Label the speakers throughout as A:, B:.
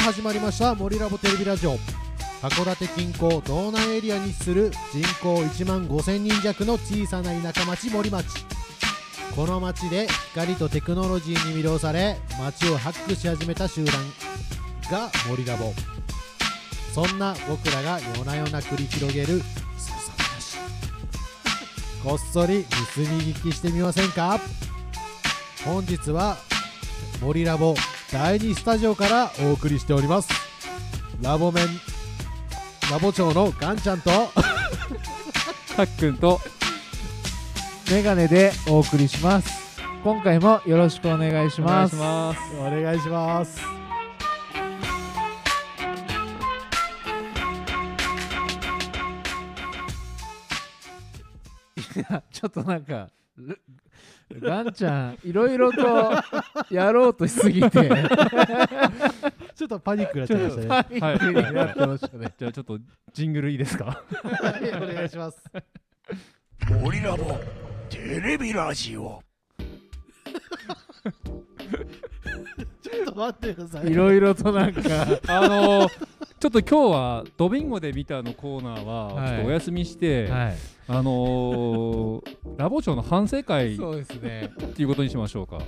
A: 始まりました「森ラボテレビラジオ」函館近郊道南エリアに位置する人口1万5000人弱の小さな田舎町森町この町で光とテクノロジーに魅了され町をハックし始めた集団が森ラボそんな僕らが夜な夜な繰り広げるすさなしこっそり盗み聞きしてみませんか本日は森ラボ第2スタジオからお送りしておりますラボメンラボ長のガンちゃんと
B: たっくんと
C: メガネでお送りします今回もよろしくお願いし
B: お願
C: ま
B: いし
C: す
B: ます
A: お願いします
C: ちょっとなんかルガンちゃんいろいろとやろうとしすぎて
A: ちょっとパニックになっちゃいましたね
C: パニックになってましたね
B: じゃあちょっとジングルいいですか
A: はいお願いします
D: 森ラボテレビラジオ
A: ちょっと待ってください
C: いろいろとなんか
B: あのーちょっと今日は「ドビンゴで見た」のコーナーは
C: はい
B: ちょっとお休みして、
C: はい
B: あのーラボ長の反省会っ
C: そうですね
B: ていうことにしましょうか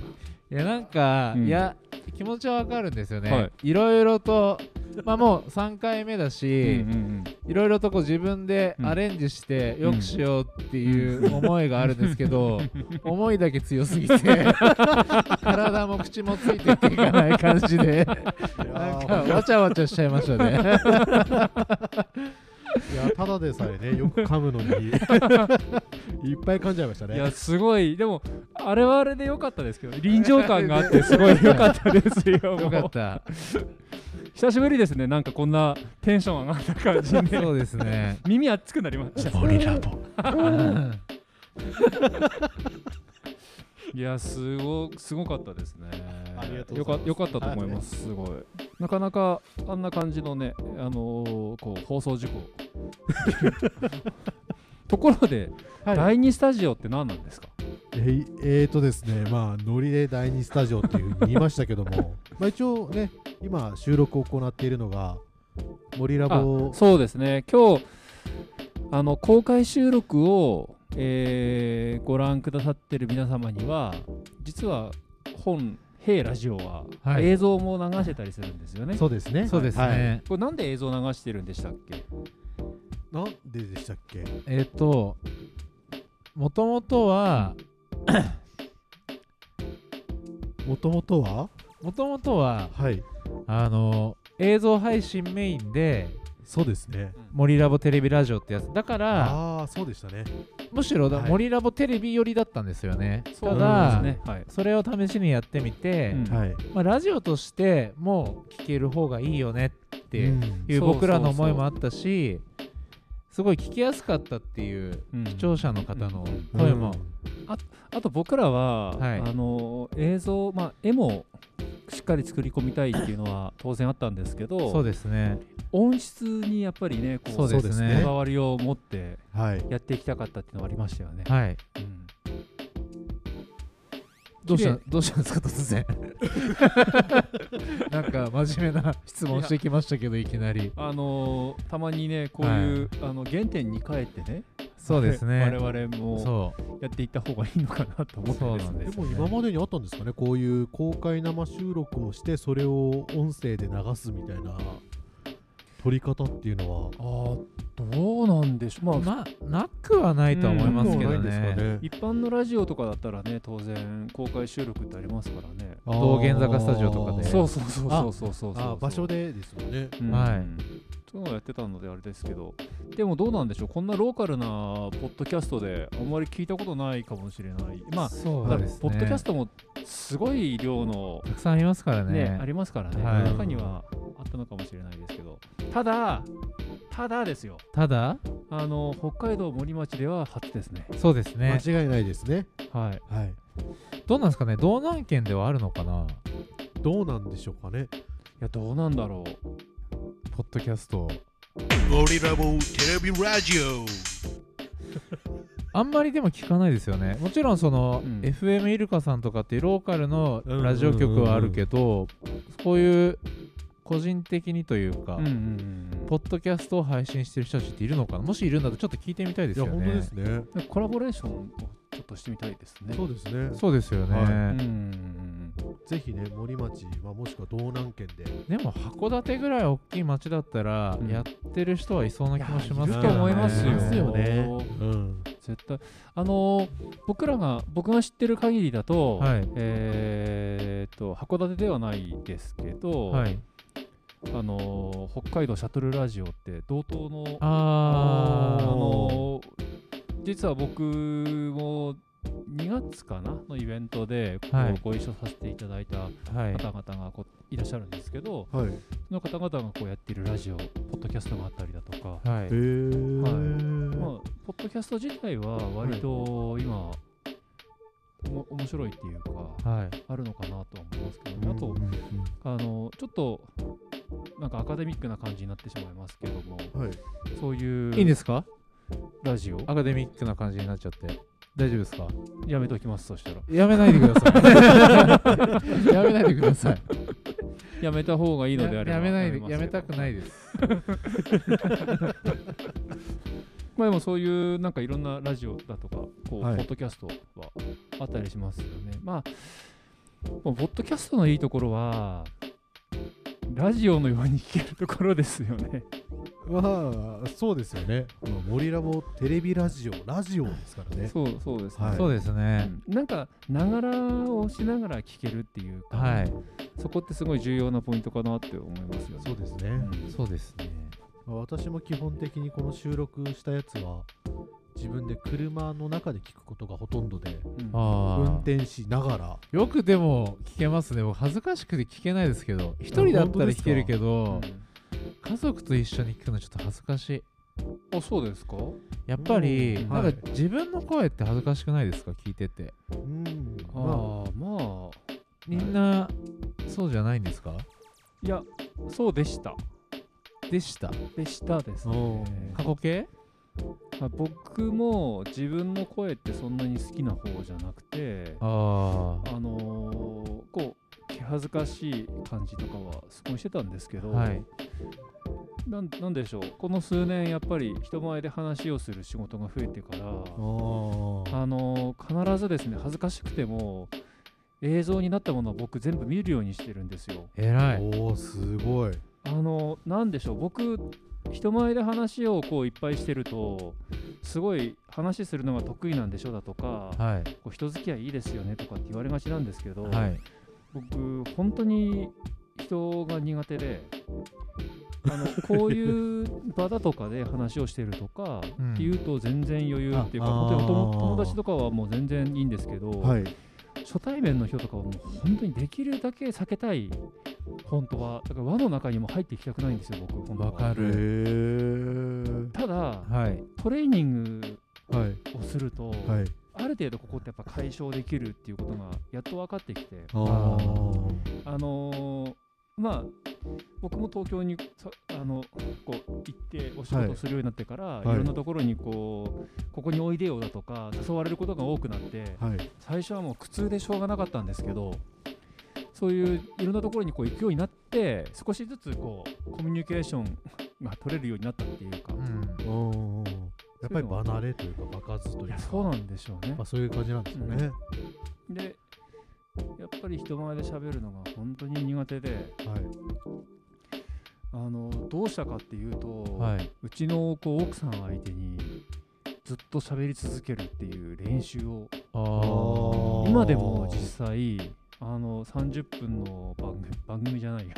C: いやなんか、
B: うん
C: いや気持ちはわかるんですよね、、
B: はい
C: ろいろとまあもう3回目だ
B: うん
C: し、
B: うん
C: いろいろとこう自分でアレンジして
B: う
C: よ
B: ん
C: くしようっていう思いがあるんですけど、思いだけ強すぎて 体も口もついていっていかない感じでなんかわちゃわちゃしちゃいましたね
A: いやただでさえねよく噛むのに いっぱい噛んじゃいました
B: うん
A: ね
B: いやすごいでもあれはあれで良かったです けど臨場感があってすごい良かったですよも
C: よかっ
B: う
C: た
B: 久しぶりですねなんかこんなテンション上がった 感じで
C: そうですね
B: 耳熱くなりました
D: 森ラボ
C: うん
B: いやすごすごかったですね。
A: ありがとうございます
B: よかよかったと思います。すごい。なかなかあんな感じのねあのーこう放送事故。 ところで、
A: はい
B: 第二スタジオって何なんですか。
A: えいえーとですね、まあ、ノリで第2スタジオっていうふうに言いましたけど も、まあ一応ね、今、収録を行っているのが、森ラ
B: あ
A: ボ、
B: そうですね。今日あの公開収録を、えーご覧くださってる皆様には実は本ヘイラジオは、
C: はい
B: 映像も流してたりするんですよね。
A: そうですね。
C: そうです
A: はい
C: ね、
B: これなんで映像流してるんでしたっけ。
A: なんででしたっけ
C: えっ、ともともとは
A: もともとは
C: もともとは
A: はい、
C: あの映像配信メインで
A: そうですね。
C: 「森ラボテレビラジオ」ってやつだから
A: ああー、そうでしたね。
C: むしろだ、
A: はい
C: 森ラボテレビ寄りだったんですよね
B: そ
C: た
B: うな
C: だ
B: んですね。はい。
C: それを試しにやってみて、
B: うん
A: はい。
C: まあ、ラジオとしてもう聞ける方がいいよねって
A: う
C: いうん
B: そうそうそう
C: 僕らの思いもあったしすごい聞きやすかったっていう
B: うん
C: 視聴者の方の声も、
B: あと僕らは、
C: はい
B: あの映像、まあ、絵もしっかり作り込みたいっていうのは当然あったんですけど
C: そうですね
B: 音質にやっぱりねこ
C: そ
B: う
C: うで
A: そ
C: す
A: うです
C: ね
B: こだわりを持って
A: うんはい。
B: やっていきたかったっていうのはありましたよね。
C: はい
B: うん
C: どうした
B: 綺
C: どうしたんですか突然 なんか真面目な質問してきましたけどいきなり
B: あのーたまにねこういう、あの原点に帰ってね
C: そうですね
B: 我々も
C: そう
B: やっていった方がいいのかなと思ってです
C: そうなん
B: ね
C: で
A: ですも今までにあったんですかね、こういう公開生収録をして、それを音声で流すみたいな撮り方っていうのは。
B: あーどうなんでしょう、まあ、
C: まあなくはないとは思いますけど
A: なんですか
C: ね
A: ね
B: 一般のラジオとかだったらね当然公開収録ってありますからね
C: 道玄坂スタジオとかで
A: あー
B: そうそうそうそうそうそうそう
A: あー場所、でですよね。
B: うん
C: はい
B: そういうのをやってたのであれですけどでもどうなんでしょうこんなローカルなポッドキャストであんまり聞いたことないかもしれないまあ
C: そ
B: だ
C: う
B: から
C: ですね
B: ポッドキャストもすごい量の
C: たくさんいますからね
B: ねありますからね、
C: はい
B: 中にはあったのかもしれないですけどただただですよ
C: ただ
B: あの北海道森町では初ですね
C: そうですね
A: 間違いないですね。
B: はい
A: はい。
C: どうなんですかね道南県ではあるのかな
A: どうなんでしょうかね。
B: いやどうなんだろう
C: ポッドキャスト
D: 森ラボテレビラジオ
C: あんまりでも聞かないですよねもちろんその、
B: うん
C: FM イルカさんとかっていうローカルの
A: うんうんうんうん
C: ラジオ局はあるけど、こういう個人的にというか、
B: うんうんうん
C: ポッドキャストを配信してる人たちっているのかなもしいるんだとちょっと聞いてみたいです
A: いや
C: よね。
A: 本当ですね
B: うん、コラボレーションをちょっとしてみたいですね。
A: そうですね
C: そうですよね、
A: は
B: うんうん
A: ぜひね森町、まあ、もしくは道南県で
C: でも函館ぐらい大きい町だったら、
B: うん
C: やってる人はいそうな気もし
A: いや
C: ま
A: い
C: す
A: る
C: けど、
B: うん。と
C: ね、
B: 思いますよ。
A: いますよねうん
B: 絶対あのー僕らが僕が知ってる限りだと、
C: はい
B: えーっと函館ではないですけど、
C: はい、
B: あのー北海道シャトルラジオって同等の
C: あ
B: あ
C: あ
B: のー実は僕も2月かなのイベントで
C: はい
B: ごご一緒させていただいた
C: はい、
B: 方々がこういらっしゃるんですけど、
A: はいへ
B: その方々がこうやっているラジオ、ポッドキャストがあったりだとか、
C: はい
A: え、ー
B: はいまあ、ポッドキャスト自体は割と今、おも面白いっていうか、
C: はい
B: あるのかなとは思いますけど、
A: うん
B: あと
A: うん
B: あのちょっとなんかアカデミックな感じになってしまいますけども、
A: はい
B: そういう
C: いいんですか
B: ラジオ、
C: アカデミックな感じになっちゃって大丈夫ですか
B: やめときます、そしたら。
C: やめないでくださいやめないでください
B: やめた方がいいのであれば
C: やめないで
B: ますけ
C: や
B: ど
C: めたくないです
B: まあでもそういうなんかいろんなラジオだとかこう、
A: はい
B: ポッドキャストはあったりしますよねまあもうポッドキャストのいいところはラジオのように聞けるところですよね
A: まあそうですよねこの森ラボテレビラジオラジオですからね
B: そうそうですね、
A: はい
C: そうですね、
B: うんなんかながらをしながら聞けるっていうか、
C: はい
B: そこってすごい重要なポイントかなって思いますよね
A: そうですね、
B: うん
C: そうですね
A: まあ私も基本的にこの収録したやつは自分で車の中で聞くことがほとんどで
B: うん
C: あ
A: 運
C: あ
A: 転しながら
C: よくでも聞けますね僕恥ずかしくて聞けないですけど一人だったら聞けるけど
B: う
C: 家族と一緒に聞くのちょっと恥ずかしい
B: んあそうですか
C: やっぱり、
A: うん
C: な
A: は
C: ん
A: い
C: か自分の声って恥ずかしくないですか聞いてて
A: うん
B: あ
A: ま
B: あまあ
C: みんなそうじゃないんですか
B: いやそうでした
C: でした
B: でしたです
A: あうん
B: ね
C: 過去形
B: まあ僕も自分の声ってそんなに好きな方じゃなくてあ
C: あ
B: のーこう気恥ずかしい感じとかはすごいしてたんですけ
C: あ
B: ど、
C: はい
B: なんなんでしょうこの数年やっぱり人前で話をする仕事が増えてから
A: あー
B: あのー必ずですね恥ずかしくても映像になったものを僕全部見るようにしてるんですよ。
C: 偉い
A: おおすごい
B: あのなんでしょう僕人前で話をこういっぱいしてるとすごい話するのが得意なんでしょだとか、
C: はい
B: こう人付き合いいいですよねとかって言われがちなんですけど、
C: はい
B: 僕本当に人が苦手であのこういう場だとかで話をしてるとか
C: うん
B: っていうと全然余裕っていうか、
A: あ
B: 本当にお友
A: あー
B: 友達とかはもう全然いいんですけど、
A: はい
B: 初対面の人とかはもう本当にできるだけ避けたい本当はだから輪の中にも入っていきたくないんですよ僕本当は
C: わか
A: へ
C: る
A: ー
B: ただ
C: はい
B: トレーニング
A: はい
B: をすると、
A: はい
B: ある程度ここってやっぱ解消できるっていうことがやっと分かってきて
A: あー
B: あのーまあ僕も東京にさあのこう行ってお仕
A: は
B: 事
A: い
B: するようになってから、
A: い
B: い、ろんなところにこうここにおいでよだとか誘われることが多くなって
A: はい
B: 最初はもう苦痛でしょうがなかったんですけどそういういろんなところにこう行くようになって少しずつこうコミュニケーションが取れるようになったっていうか、
C: う
B: い
C: ん
A: うんやっぱり離れというか場数という
B: や
A: か
B: そうなんでしょうね
A: まあ、。そういう感じなんですよね、
B: でやっぱり人前で喋るのが本当に苦手で
A: はい
B: あのどうしたかっていうと、
C: はいう
B: ちのこう奥さん相手にずっと喋り続けるっていう練習を
C: あ
A: あー
C: ー
B: 今でも実際あの30分の番組番組じゃないや、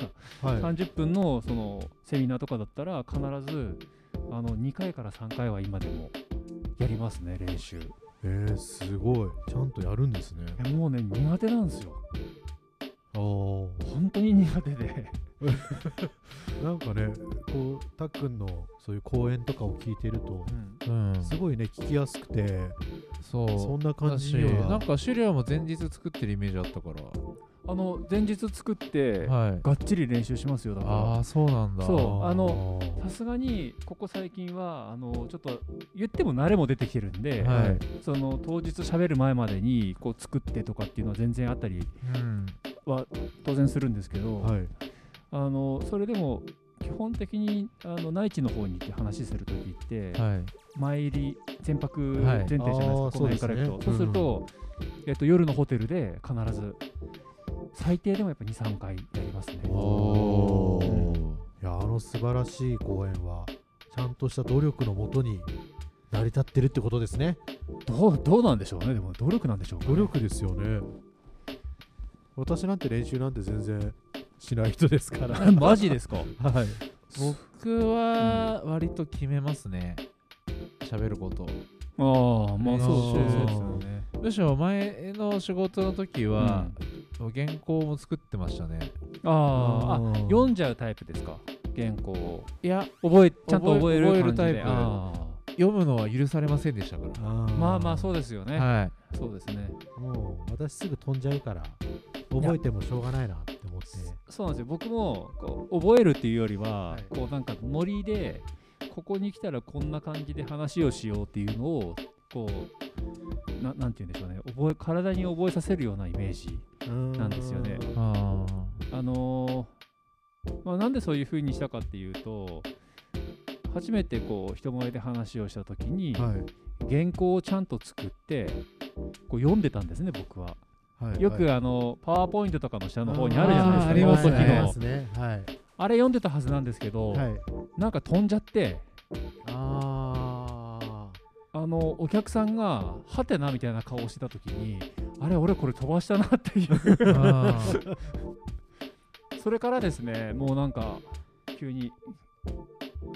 A: はい
B: 30分のそのセミナーとかだったら必ずあの2回から3回は今でもやりますね練習い
A: えー、すごいちゃんとやるんですね
B: やもうね苦手なんですよ
A: あー
B: 本当に苦手で
A: なんかねこうたっくんのそういう講演とかを聞いてると
C: うん
A: すごいね聞きやすくて
C: そう
A: そんな感じに
C: だしな
A: は
C: んか資料も前日作ってるイメージあったか
B: あの前日作って、
C: らはい
B: がっちり練習しますよだから
C: ああそうなんだ
B: そうあ
A: の
B: さすがにここ最近はあのちょっと言っても慣れも出てきてるんで、
C: はい
B: その当日喋る前までにこう作ってとかっていうのは全然あったり
C: うん
B: は当然するんですけど、
A: はい
B: あのそれでも基本的にあの内地の方に行って話するときって、
C: はい
B: 前入り船舶
C: はい
B: 前提じゃないですか、
A: あー
B: この辺から行く
C: そで
B: とそうう
C: すすね
B: ると、えっと、夜のホテルで必ず最低でもやっぱ23回やりますね
A: お
B: ー
A: いやあの素晴らしい公演はちゃんとした努力のもとに成り立ってるってことですね
B: どうどうなんでしょうねでも努力なんでしょうかね、
A: 努力ですよね私なんて練習なんて全然しない人ですからはい
B: マジですか
C: 僕は割と決めますね喋ること
B: ああまあそう
C: う
B: そ
C: ん
B: うそうですよね
C: むしろ前の仕事の時は、原稿も作ってましたね
B: あー
A: うん
B: あ読んじゃうタイプですか原稿を
C: いや
B: 覚えちゃんと
C: 覚
B: 覚
C: え
B: える感
C: 覚
B: じで
C: えるタイプ
B: あ
C: 読むのは許されませんでしたから
B: ーまあまあそううですよね、
C: はい
B: そうですね
A: もう私すぐ飛んじゃうから覚えてもしょうがないなって思って
B: そうなんですよ僕もこう覚えるっていうよりは、
A: はい
B: こうなんかノリでここに来たらこんな感じで話をしようっていうのをこうななんて言うんでしょうね覚え体に覚えさせるようなイメージなんですよね
C: あー
B: あのーまあ、なんでそういう風にしたかっていうと初めてこう人前で話をした時に
A: はい
B: 原稿をちゃんと作ってこう読んでたんですね僕は。
A: はい
B: よ
A: はい
B: くあのパワーポイントとかの下の方にあるじ
C: あ
B: ゃ
C: ーあ
B: ない
C: り
B: です
C: ます
B: か
C: ね
B: ノート機能
A: ありますねはい
B: あれ読んでたはずなんですけど、
A: はい
B: なんか飛んじゃって
A: ああ
B: あのお客さんが「はてな」みたいな顔をしてた時にあれ俺これ飛ばしたなっていう
C: あ ー
B: それからですねもうなんか急に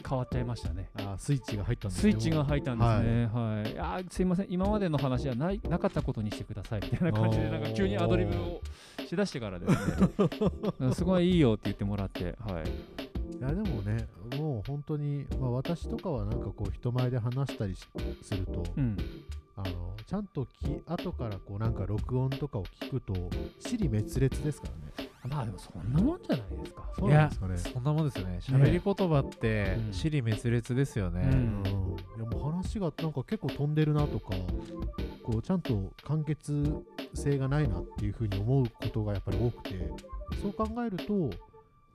B: 変わっちゃいましたね
A: あースイッチが入ったんです
B: ス
A: ね
B: イッチが入ったんですねはい、あーすいません今までの話はないなかったことにしてくださいみたいな感じで
A: おー
B: なんか急にアドリブをしだしてからです ねうんすごいいいよって言ってもらってはい
A: いやでもねもう本当に、まあ、私とかはなんかこう人前で話したりしすると、
B: うん
A: あのちゃんとき後からこうなんか録音とかを聞くと尻滅裂ですからね
B: まあでもそんなもんじゃないですか
A: そうなんですかね
C: そんなもんですよね喋り言葉って
B: うん
C: 尻滅裂ですよね、
B: う
A: うん、
B: ん
A: いやもう話がなんか結構飛んでるなとかこうちゃんと完結性がないなっていうふうに思うことがやっぱり多くてそう考えると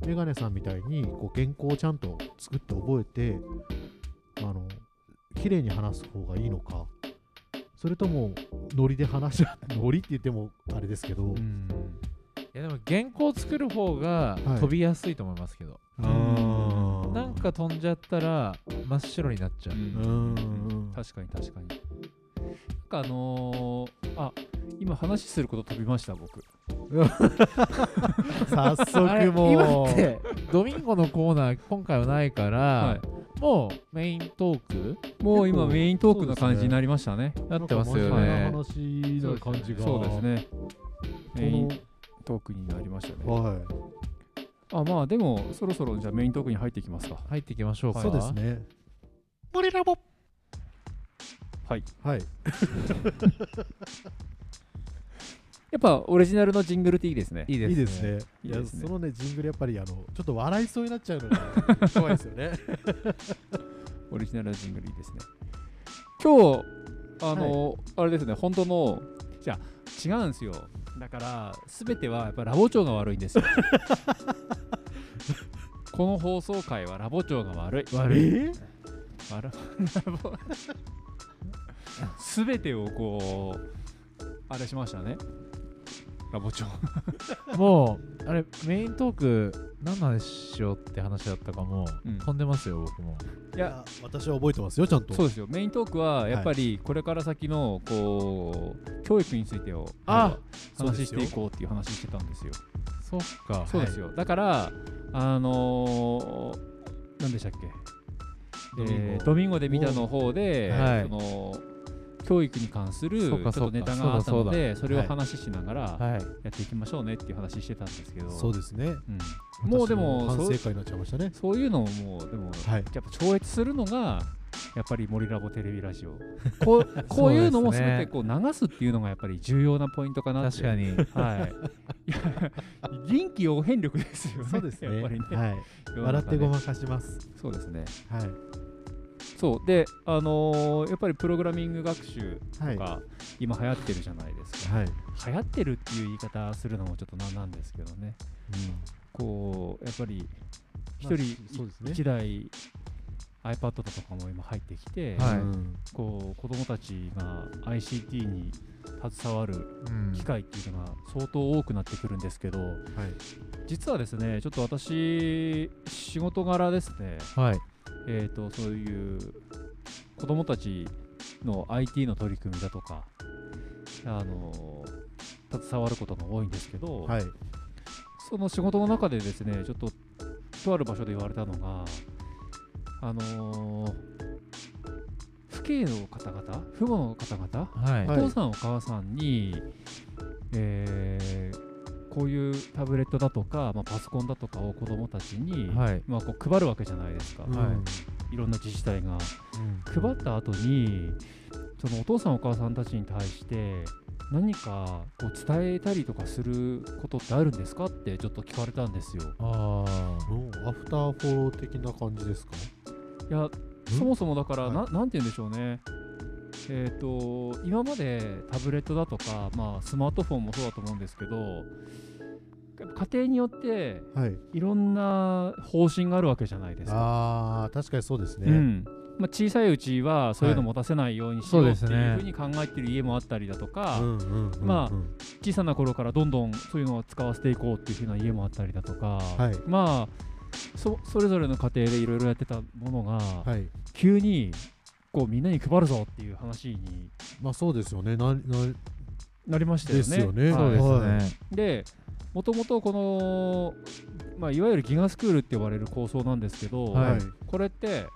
A: メガネさんみたいにこう原稿をちゃんと作って覚えてあの綺麗に話す方がいいのかそれともノリで話し 合うノリって言ってもあれですけど、
C: うんいやでも原稿作る方が
A: はい
C: 飛びやすいと思いますけど、
A: あー
C: なんか飛んじゃったら真っ白になっちゃう、
A: うーん
B: 確かに確かになんかあのー、あ今話すること飛びました 僕
A: 早
C: あれ
A: 速もう
C: 今ってドミンゴのコーナー今回はないから、
B: は
C: もうメイントーク
B: いもう
A: 結
B: 今
A: 構
B: メイントークな感じになりましたね
C: なってますよ
A: な
C: ね
A: んか真面目な話な感じが
B: そうですね
A: こ
B: メイン
A: の
B: トークになりましたね
A: はい
B: あまあでもそろそろじゃあメイントークに入っていきますか
C: 入っていきましょうか
A: そうですね
D: モリラボ
B: はい
A: はい
B: やっぱオリジナルのジングルっていいですね
C: いいです
A: い
C: ね
A: いですねい
B: いい
A: や
B: ですね
A: そのねジングルやっぱりあのちょっと笑いそうになっちゃうのが怖いですよね
B: オリジナルのジングルいいですね今日あの、あれですね本当のじゃあ違うんですよだから全てはやっぱラボ長が悪いん ですよこの放送回はラボ長が悪い
C: 悪い
A: え
B: あら全てをこうあれしましたねラボ長
C: もうあれメイントーク何の話しようって話だったかも、
B: うん
C: 飛んでますよ僕も
B: い
A: いや私は覚えてますよちゃんと
B: そうですよメイントークはやっぱりこれから先のこう教育についてを
C: あ
A: そうです
B: 話し
A: よ
B: ていこうっていう話してたんですよ
C: そっか
B: そうですよ、だからあのー、何でしたっけ
A: ドミンゴ
B: えードミンゴで見たの方で、
C: はい
B: その教育に関するち
C: そ
B: ょ
C: う
B: っ
C: かそうか
B: とネタがあった
C: そうだそう
B: の
C: だ
B: でそれを
A: はい
B: 話ししながらや
C: はい
B: っていきましょうねっていう話してたんですけど、
A: そうですね
B: うんもうでも
A: 私
B: そ
A: 反
B: う
A: 省会になっちゃいましたね
B: そういうのをもうでも、
A: はい
B: やっぱ超越するのがやっぱり「森ラボテレビラジオ」こ うこういうのも
C: そうです
B: 全
C: ね
B: てこう流すっていうのがやっぱり重要なポイントかなって
C: 確かに
B: はい。いや、臨機応変力ですよね。
A: そうですね
B: やっぱりね。
A: はい
B: 世の中ね
A: 笑ってごまかします
B: そうですね。
A: はい
B: そうで、あのーやっぱりプログラミング学習
A: は
B: と
A: い
B: か、
A: は
B: 今流行ってるじゃないですか。
A: い
B: 流行ってるっていう言い方するのもちょっとなんなんですけどね。こうやっぱり
A: まあ
B: 一人
A: そうですね
B: 一台 iPad とかも今入ってきて、
C: はい
A: うん
B: こう子どもたちが ICT に携わる
C: うん
B: 機会っていうのが相当多くなってくるんですけど
A: はい
B: 実はですねちょっと私仕事柄ですね
C: はい
B: えー、とそういう子どもたちの IT の取り組みだとか、あの携わることが多いんですけど、
A: はい
B: その仕事の中でですねちょっととある場所で言われたのが、あの父兄の方々父母の方々、
C: はい
A: はい
B: お父さんお母さんに、えーこういうタブレットだとか、まあ、パソコンだとかを子どもたちに、
C: はい
B: まあ、こう配るわけじゃないですか。
A: うん
B: いろんな自治体が配った後にそのお父さんお母さんたちに対して何かこう伝えたりとかすることってあるんですかってちょっと聞かれたんですよ
C: ああ
A: おアフターフォロー的な感じですか
B: いやそもそもだから、
A: はい
B: ななんて言うんでしょうねえっ、と今までタブレットだとか、まあ、スマートフォンもそうだと思うんですけどやっぱ家庭によって
A: はい
B: いろんな方針があるわけじゃないですか。
A: ああ確かにそうです
B: う
A: ね
B: んまあ、小さいうちはそういうの持たせないようにしよ
C: そうう
B: っ
C: で
B: て
C: す
B: い
C: ね
B: うふうに考えてる家もあったりだとか、
A: うんうんうんうん
B: ま小さな頃からどんどんそういうのを使わせていこうっていうふうな家もあったりだとか、
A: はい
B: まあそそれぞれの家庭でいろいろやってたものが、
A: はい
B: 急にこうみんなに配るぞっていう話に
A: まあそうですよねなな
B: なりましたよね。
A: ですよね
B: はい
C: そうですね、
A: は
B: でもともとこの、まあ、いわゆるギガスクールって呼ばれる構想なんですけど、
C: はい
B: これって、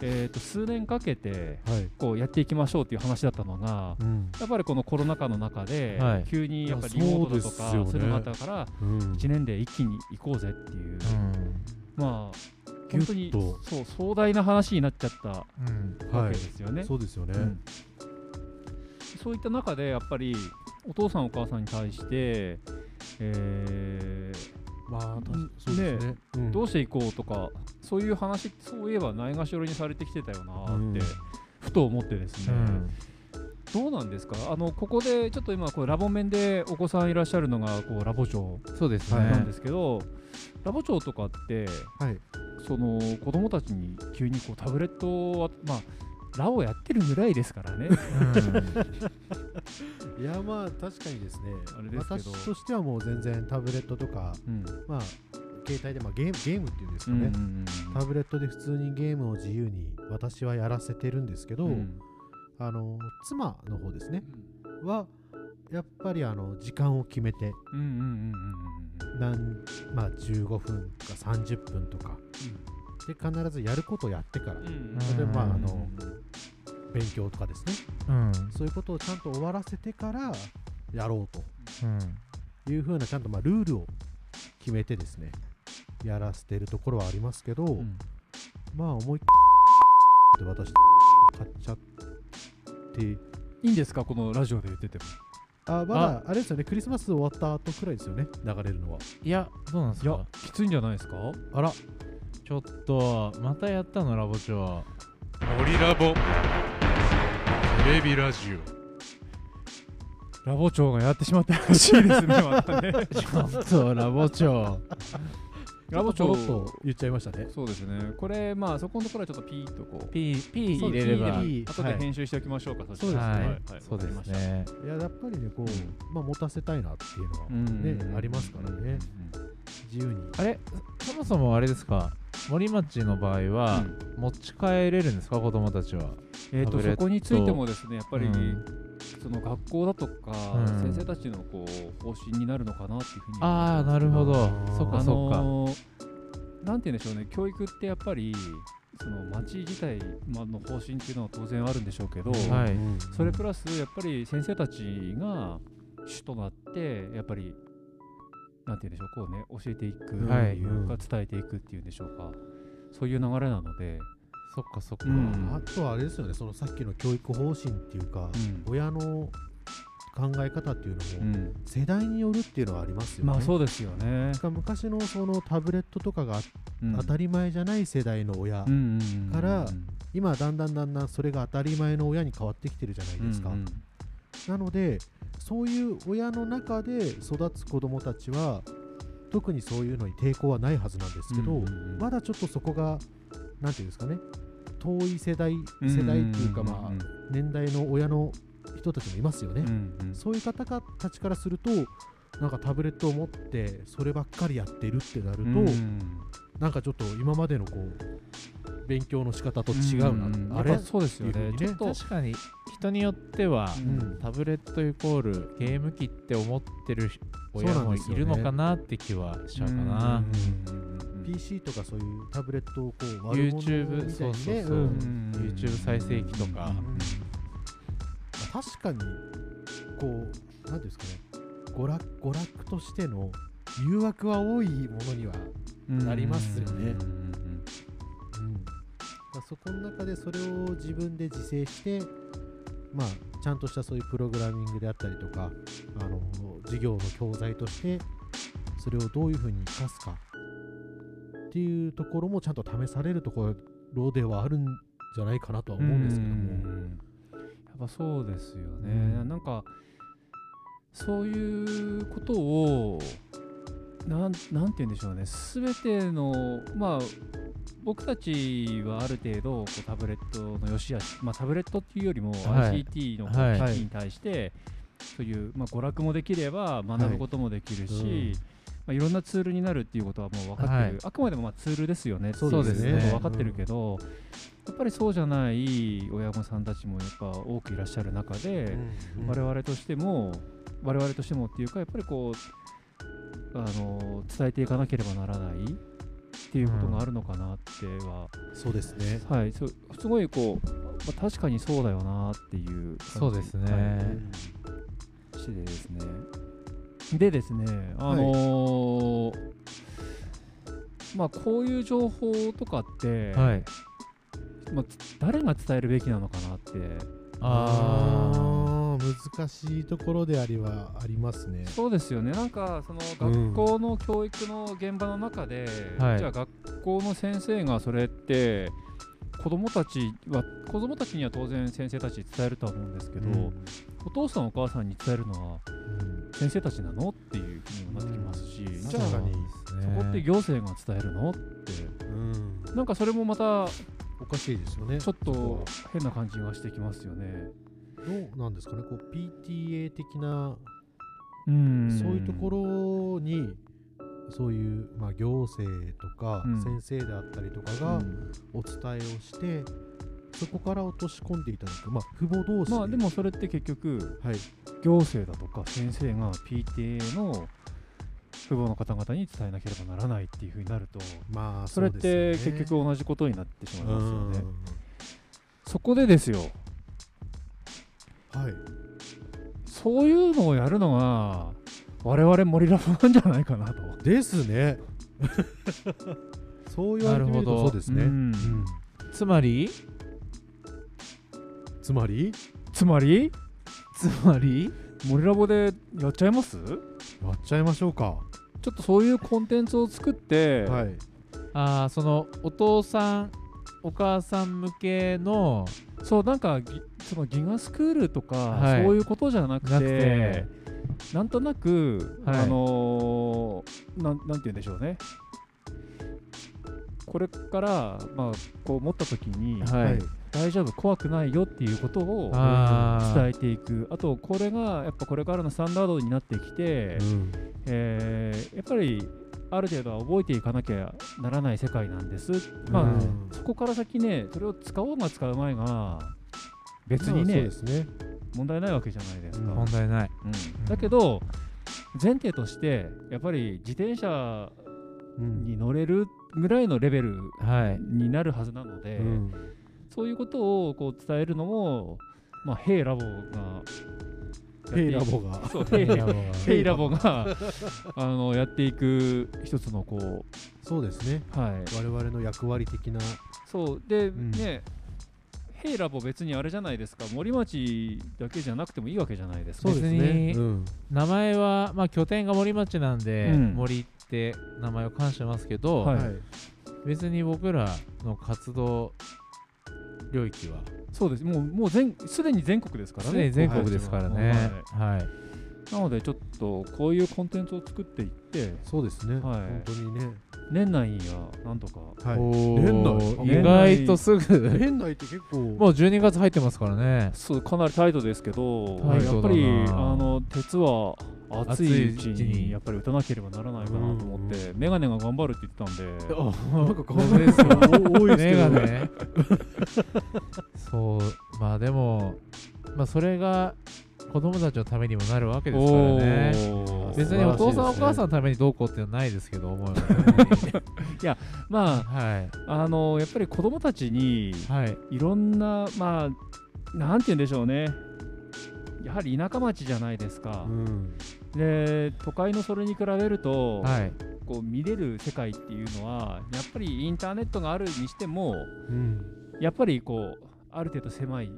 B: えー、と数年かけて
A: はい
B: こうやっていきましょうっていう話だったのが。
A: うん
B: やっぱりこのコロナ禍の中で、
C: はい
B: 急にやっぱりリモー
A: い
B: トだと
A: やそう
B: か
A: です
B: そ
A: よね
B: ういうのがあったから
A: うん
B: 1年で一気に行こうぜっていう、まあ
A: ぎゅ
B: 本
A: っと
B: 当にそう壮大な話になっちゃった
C: うん、うん、
A: は
B: わ
A: い
B: けですよね。
A: そうですよね
B: うんそういった中でやっぱりお父さんお母さんに対して、え
A: まあ確か
B: うん
A: そうですねう
B: ー
A: ん
B: どうしていこうとかそういう話ってそういえばないがしろにされてきてたよなーって、
A: うん
B: ふと思ってですね、どうなんですかあのここでちょっと今こうラボ面でお子さんいらっしゃるのがこうラボ長
C: そうですね、
A: はい
B: なんですけど、ラボ長とかって
A: はい
B: その子供たちに急にこうタブレットはまあラボやってるぐらいですから ね
A: いやまあ確かにですね
B: あれですけど
A: 私としてはもう全然タブレットとか
B: うん
A: まあ携帯でまあゲームゲームっていうんです
B: う
A: か
B: んう
A: ね
B: んうん
A: タブレットで普通にゲームを自由に私はやらせてるんですけど、
B: うん
A: あの妻の方ですねはやっぱりあの時間を決めて
B: うんうんうん
A: なん、まあ、15分とか30分とかで必ずやることをやってから
B: うんうんうん
C: それでまああ
A: の勉強とかですね
C: うん
A: そういうことをちゃんと終わらせてからやろう
C: うん
A: というふうなちゃんとまあルールを決めてですねやらせてるところはありますけど、
B: うん
A: まあ思いっきりで私買っちゃって
B: いいんですかこのラジオで言ってても
A: あまだあれですよねクリスマス終わった後くらいですよね流れるのはい
C: やどうなんです
B: いや
C: か
B: きついんじゃないですか
A: あら
C: ちょっとまたやったのラボ長
D: 森ラボテレビラジオ
B: ラボ長がやってしまったらしいですねま たね
C: ちょっとラボ長
B: ラボ
A: ちょ
B: 長
A: ろっと言っちゃいましたね
B: そうですねこれまあそこのところはちょっとピーッとこう
C: P, P 入れれば
A: いい
B: 後で編集しておきましょうか、
A: そうですね
C: はい、そうですね
A: いややっぱりねこう、
B: うん
A: まあ持たせたいなっていうのは
B: うん
A: ね、ありますから
B: うんうん
A: ね自由に
C: あれそもそもあれですか森町の場合は、
B: うん
C: 持ち帰れるんですか子供たちは
B: えー、
C: タ
B: と
C: ブレッ
B: そ
C: ト
B: こについてもですねやっぱり、
C: うん
B: その学校だとか、
C: うん
B: 先生たちのこう方針になるのかなっていうふうに
C: ああなるほど
A: あー
C: そっ
B: あ
C: かそっか、
B: のーなんて言うんでしょうね教育ってやっぱりその町自体まあの方針っていうのは当然あるんでしょうけど、
C: はい
A: うん
B: それプラスやっぱり先生たちが主となってやっぱりなんて言うんでしょうこうね教えていくっていうか、
C: はい
B: 伝えていくっていうんでしょうかそういう流れなので、
C: そっかそっか、
B: うん
A: あとはあれですよねそのさっきの教育方針っていうか、
B: うん
A: 親の考え方っていう
B: う
A: のも
B: ん、
A: 世代によるっていうのはありますよね、
B: まあそうですよ
A: な
B: ね、
A: んか昔のそのタブレットとかが
B: うん
A: 当たり前じゃない世代の親、
B: うんうんうんうん
A: から今だんだんだんだんそれが当たり前の親に変わってきてるじゃないですか、
B: うんうん
A: なのでそういう親の中で育つ子どもたちは特にそういうのに抵抗はないはずなんですけど、
B: うんうんうん
A: まだちょっとそこがなんていうんですかね遠い世代
B: うん
A: 世代っていうかま
B: うん
A: あ年代の親の人たちもいますよね、
B: うんうん
A: そういう方かたちからするとなんかタブレットを持ってそればっかりやってるってなると、
B: うん
A: なんかちょっと今までのこう勉強の仕方と違うな、
B: ん
A: あ
B: や
A: れ
B: っぱそうですよ
A: っていう
B: ね
A: ふうに
B: ち
A: ね
B: ょっと
C: 確かに人によっては、
A: うん
C: タブレットイコールゲーム機って思ってる親
A: そうなん
C: も
A: で
C: い
A: すよね
C: るのかなって気はしちゃうかな。
B: うん
A: PC とかそういうタブレットをこう悪者みたいにね
C: YouTube、そうそうそう、
A: うん
B: ん
C: YouTube 再生機とか、
A: まあ確かにこう何ていうんですかね娯楽娯楽としての誘惑は多いものには、なりますよねまあ、そこの中でそれを自分で自制してまあちゃんとしたそういうプログラミングであったりとかあの授業の教材としてそれをどういうふうに生かすかっていうところもちゃんと試されるところではあるんじゃないかなとは思うんですけども。
B: うんやっぱそうですよね、
A: うん
B: なんかそういうことをなんなんて言うんでしょうね全てのまあ僕たちはある程度こうタブレットの良し悪し、まあ、タブレットっていうよりも
C: はい
B: ICT の
C: はい
B: 機器に対して、そういう、まあ、娯楽もできれば学ぶこともできるし、
A: はい
B: い
A: うん
B: まあ、いろんなツールになるっていうことはもう分かってる、
C: はい
B: あくまでもまあツールですよね
A: そう
C: ですね
B: っていうことは分かってるけど、やっぱりそうじゃない親御さんたちもやっぱ多くいらっしゃる中で、我々としても我々としてもっていうかやっぱりこうあの伝えていかなければならないっていうことがあるのかなっては、
A: そうですね
B: はいそうすごいこう、まあ確かにそうだよなっていう感じ
C: そうですね
B: はいしてですねでですねあのーまあこういう情報とかって、
C: はい。
B: まあ、誰が伝えるべきなのかなって
C: あ
A: あー難しいところでありはありますね。
B: そうですよねなんかその
A: うん
B: 学校の教育の現場の中で、
C: はい
B: じゃあ学校の先生がそれって子供たちは子供たちには当然先生たち伝えるとは思うんですけど、
A: うん
B: お父さんお母さんに伝えるのは先生たちなのっていうふうにもなってきますし、
A: うん
B: じゃあ
A: 確
B: そ
A: かに
B: こって行政が伝えるのって
A: うん
B: なんかそれもまた
A: おかしいですよね。
B: ちょっと変な感じがしてきますよね。
A: どうなんですかねこう PTA 的な
B: うん
A: そういうところにそういう、まあ、行政とか
B: うん
A: 先生であったりとか
B: う
A: が
B: ん
A: お伝えをして、そこから落とし込んでいただく、まあ、父母同士
B: まあでもそれって結局
A: はい、
B: 行政だとか先生が PTA の父母の方々に伝えなければならないっていうふうになると
A: まあ
B: それっ
A: うで
B: て
A: すよ
B: 結
A: ね
B: 局同じことになってしまいますよね。
A: う
B: そこでですよ
A: んはい
B: そういうのをやるのが我々森ラボなんじゃないかなと。
A: ですね そう言われてみる
C: なる
A: と
C: ほ
A: そ
C: ど
A: うですね、
B: う
A: うん
B: ん
C: つまり
A: つまり
B: つまり
C: つまり
B: 森ラボでやっちゃいます
A: やっちゃいましょうか
B: ちょっとそういうコンテンツを作って、
A: はい
C: ああそのお父さんお母さん向けの
B: そうなんかぎそのギガスクールとか、
C: はい
B: そういうことじゃなくて
C: なくて
B: なんとなく、
C: はい
B: あのーなんなんて言うんでしょうねこれから、まあ、こう持った時に、
C: はい、
B: 大丈夫怖くないよっていうことを
C: あー
B: 伝えていくあとこれがやっぱこれからのスタンダードになってきて、
A: うん
B: えーやっぱりある程度は覚えていかなきゃならない世界なんです、まあ
A: うん
B: そこから先ね、それを使おうが使う前が、別
A: まあ
B: に
A: そう
B: ね
A: で、すね
B: 問題ないわけじゃないですか。
A: うん
B: うん
C: 問題ない
B: だけど、前提として、やっぱり自転車に乗れるぐらいのレベル
C: はい
B: になるはずなので、
A: うん
B: そういうことをこう伝えるのも、まあ、ヘイラボがやっていく。
A: ヘイラボが
B: そうヘイラボ
C: もう
B: ヘイラボがあのやっていく一つのこ
A: そうですね
B: う、はい、
A: 我々の役割的な
B: そうで、
A: ん
B: ねヘイラボ別にあれじゃないですか森町だけじゃなくてもいいわけじゃないですか
C: そうですね
A: 別にうん
C: 名前はまあ拠点が森町なんで、
B: うん
C: 森って名前を冠してますけど、
B: はい
C: 別に僕らの活動領域は
B: そうですもうもう全すでに全国ですから
C: すでに
B: ね
C: 全国ですからね
B: はい
C: はい、
B: なのでちょっとこういうコンテンツを作っていって
A: そうですね、
B: はい
A: 本当にね、
B: 年内にはなんとか
A: はい、
C: お
A: 年
B: 内
C: ー意外とすぐ
A: 年内って結構
C: もう12月入ってますからね。
B: そうかなりタイトですけど
C: タイ
B: や
C: トだ
B: っぱ
C: な
B: りあの鉄は熱いうち
C: 熱いうち
B: に
C: に
B: やっぱり打たなければならないかなと思って、メガネが頑張るって言ってたんで
A: なんか
C: そうですよ
A: 多いですけ
C: 目
A: ど
C: がね。そう、まあでも、まあそれが子供たちのためにもなるわけですからね。
B: おー
C: 別にお父さん、
A: 素晴らしいです
C: お
A: ね
C: 母さんのためにどうこうっていうのはないですけど、思いは。
B: ま
C: はい。
B: ああのやっぱり子供たちに
C: はい。
B: いろんなまあなんて言うんでしょうねやはり田舎町じゃないですか
A: う、ん、
B: で都会のそれに比べると、
C: はい。
B: こう見れる世界っていうのはやっぱりインターネットがあるにしても
A: うん、
B: やっぱりこうある程度狭い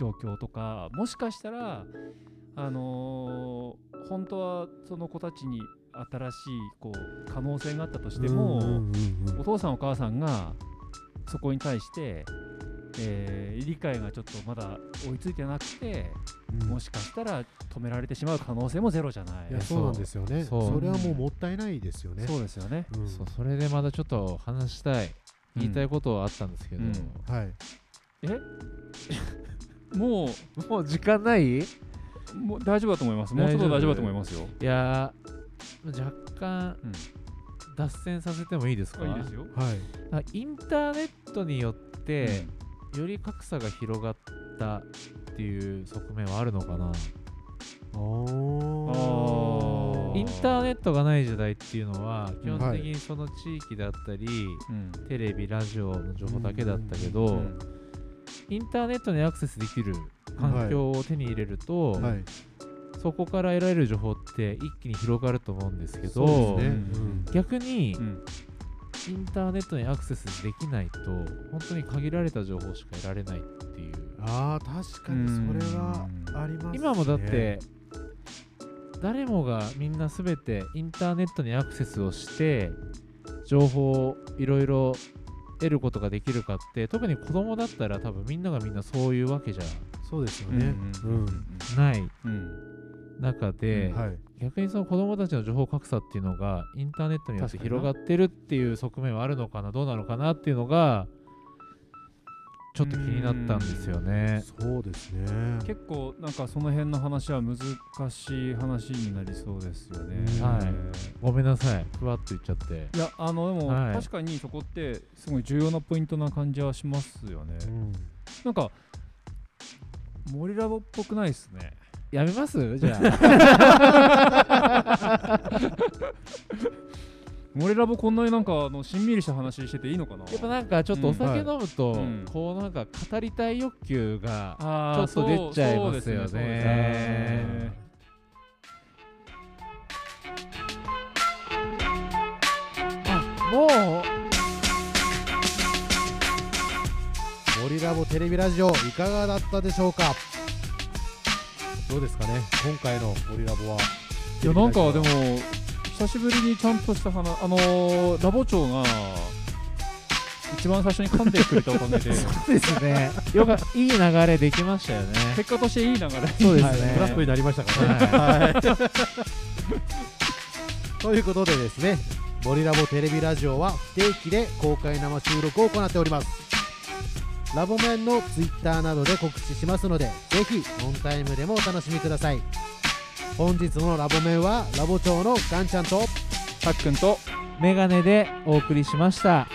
B: 状況とかもしかしたらあのー本当はその子たちに新しいこう可能性があったとしても、
A: うんうんうん
B: お父さんお母さんがそこに対して、えー理解がちょっとまだ追いついてなくて、
A: うん
B: もしかしたら止められてしまう可能性もゼロじゃない
A: いやそうなんですよね
C: そう
A: それはもうもったいないですよね
B: そうですよね
A: うん
C: そう、それでまたちょっと話したい、言いたいことはあったんですけど
B: う、
A: はい
B: も
C: もう時間ないいう
B: もう大丈夫だと思いますもうちょっと大
C: 大丈
B: 丈夫
C: 夫
B: だと思いますよ
C: やー、若干
B: うん、
C: 脱線させてもいいですか
B: いいですよ、
A: はい
C: なんかインターネットによって、より格差が広がったっていう側面はあるのかな
B: うん
A: お
B: あー
C: インターネットがない時代っていうのは基本的にその地域だったり、
B: うん
C: テレビラジオの情報だけだったけ
B: う
C: ど
B: ん
C: インターネットにアクセスできる環境を手に入れると、
A: はい
C: そこから得られる情報って一気に広がると思うんですけど
A: そうですね
B: うん
C: 逆に
B: うん
C: インターネットにアクセスできないと本当に限られた情報しか得られないっていう
A: あー確かにそれはありますね
C: 今もだって誰もがみんな全てインターネットにアクセスをして情報をいろいろ得ることができるかって特に子供だったら多分みんながみんなそういうわけじゃ
A: そうですよね
B: う
A: うんん
C: ない
B: うん
C: 中で、
A: はい
C: 逆にその子供たちの情報格差っていうのがインターネットによって
B: 確かに
C: 広
B: な
C: がってるっていう側面はあるのかなどうなのかなっていうのがちょっと気になったんですよね。
A: そうですね
B: 結構なんかその辺の話は難しい話になりそうですよね
A: うん
C: はい
B: い
C: ごめんなさいふわっと言っちゃって。
B: いやあのでも、
C: はい
B: 確かにそこってすごい重要なポイントな感じはしますよね
A: うん
B: なんか森ラボっぽくないですね
C: やめます じゃあ
B: 森ラボこんなになんかあのしんみりした話してていいのかな
C: やっぱなんかちょっとお酒飲むと、
B: うんはいうん
C: こうなんか語りたい欲求がちょ
B: あー
C: っと出ちゃいますよね。
B: そうそうですねそうですね
C: も
A: 森ラボテレビラジオいかがだったでしょうかどうですかね今回の森ラボはい
B: やなんかでも久しぶりにちゃんとした話あのーラボ長が一番最初に噛んでくれたおか げで
C: うですね。よかいい流れできましたよね。
B: 結果としていい流れ
C: そうです
A: はいブラックになりましたからね
C: は
A: ということでですね「森ラボテレビラジオ」は不定期で公開生収録を行っておりますラボメンの Twitter などで告知しますのでぜひオンタイムでもお楽しみください本日のラボメンはラボ長のガンちゃんと
B: たっくんと
C: いメガネでお送りしました。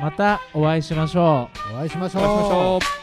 C: またお会いしましょう。
A: お会いしまし
B: お
A: ょう
B: 会いしましょう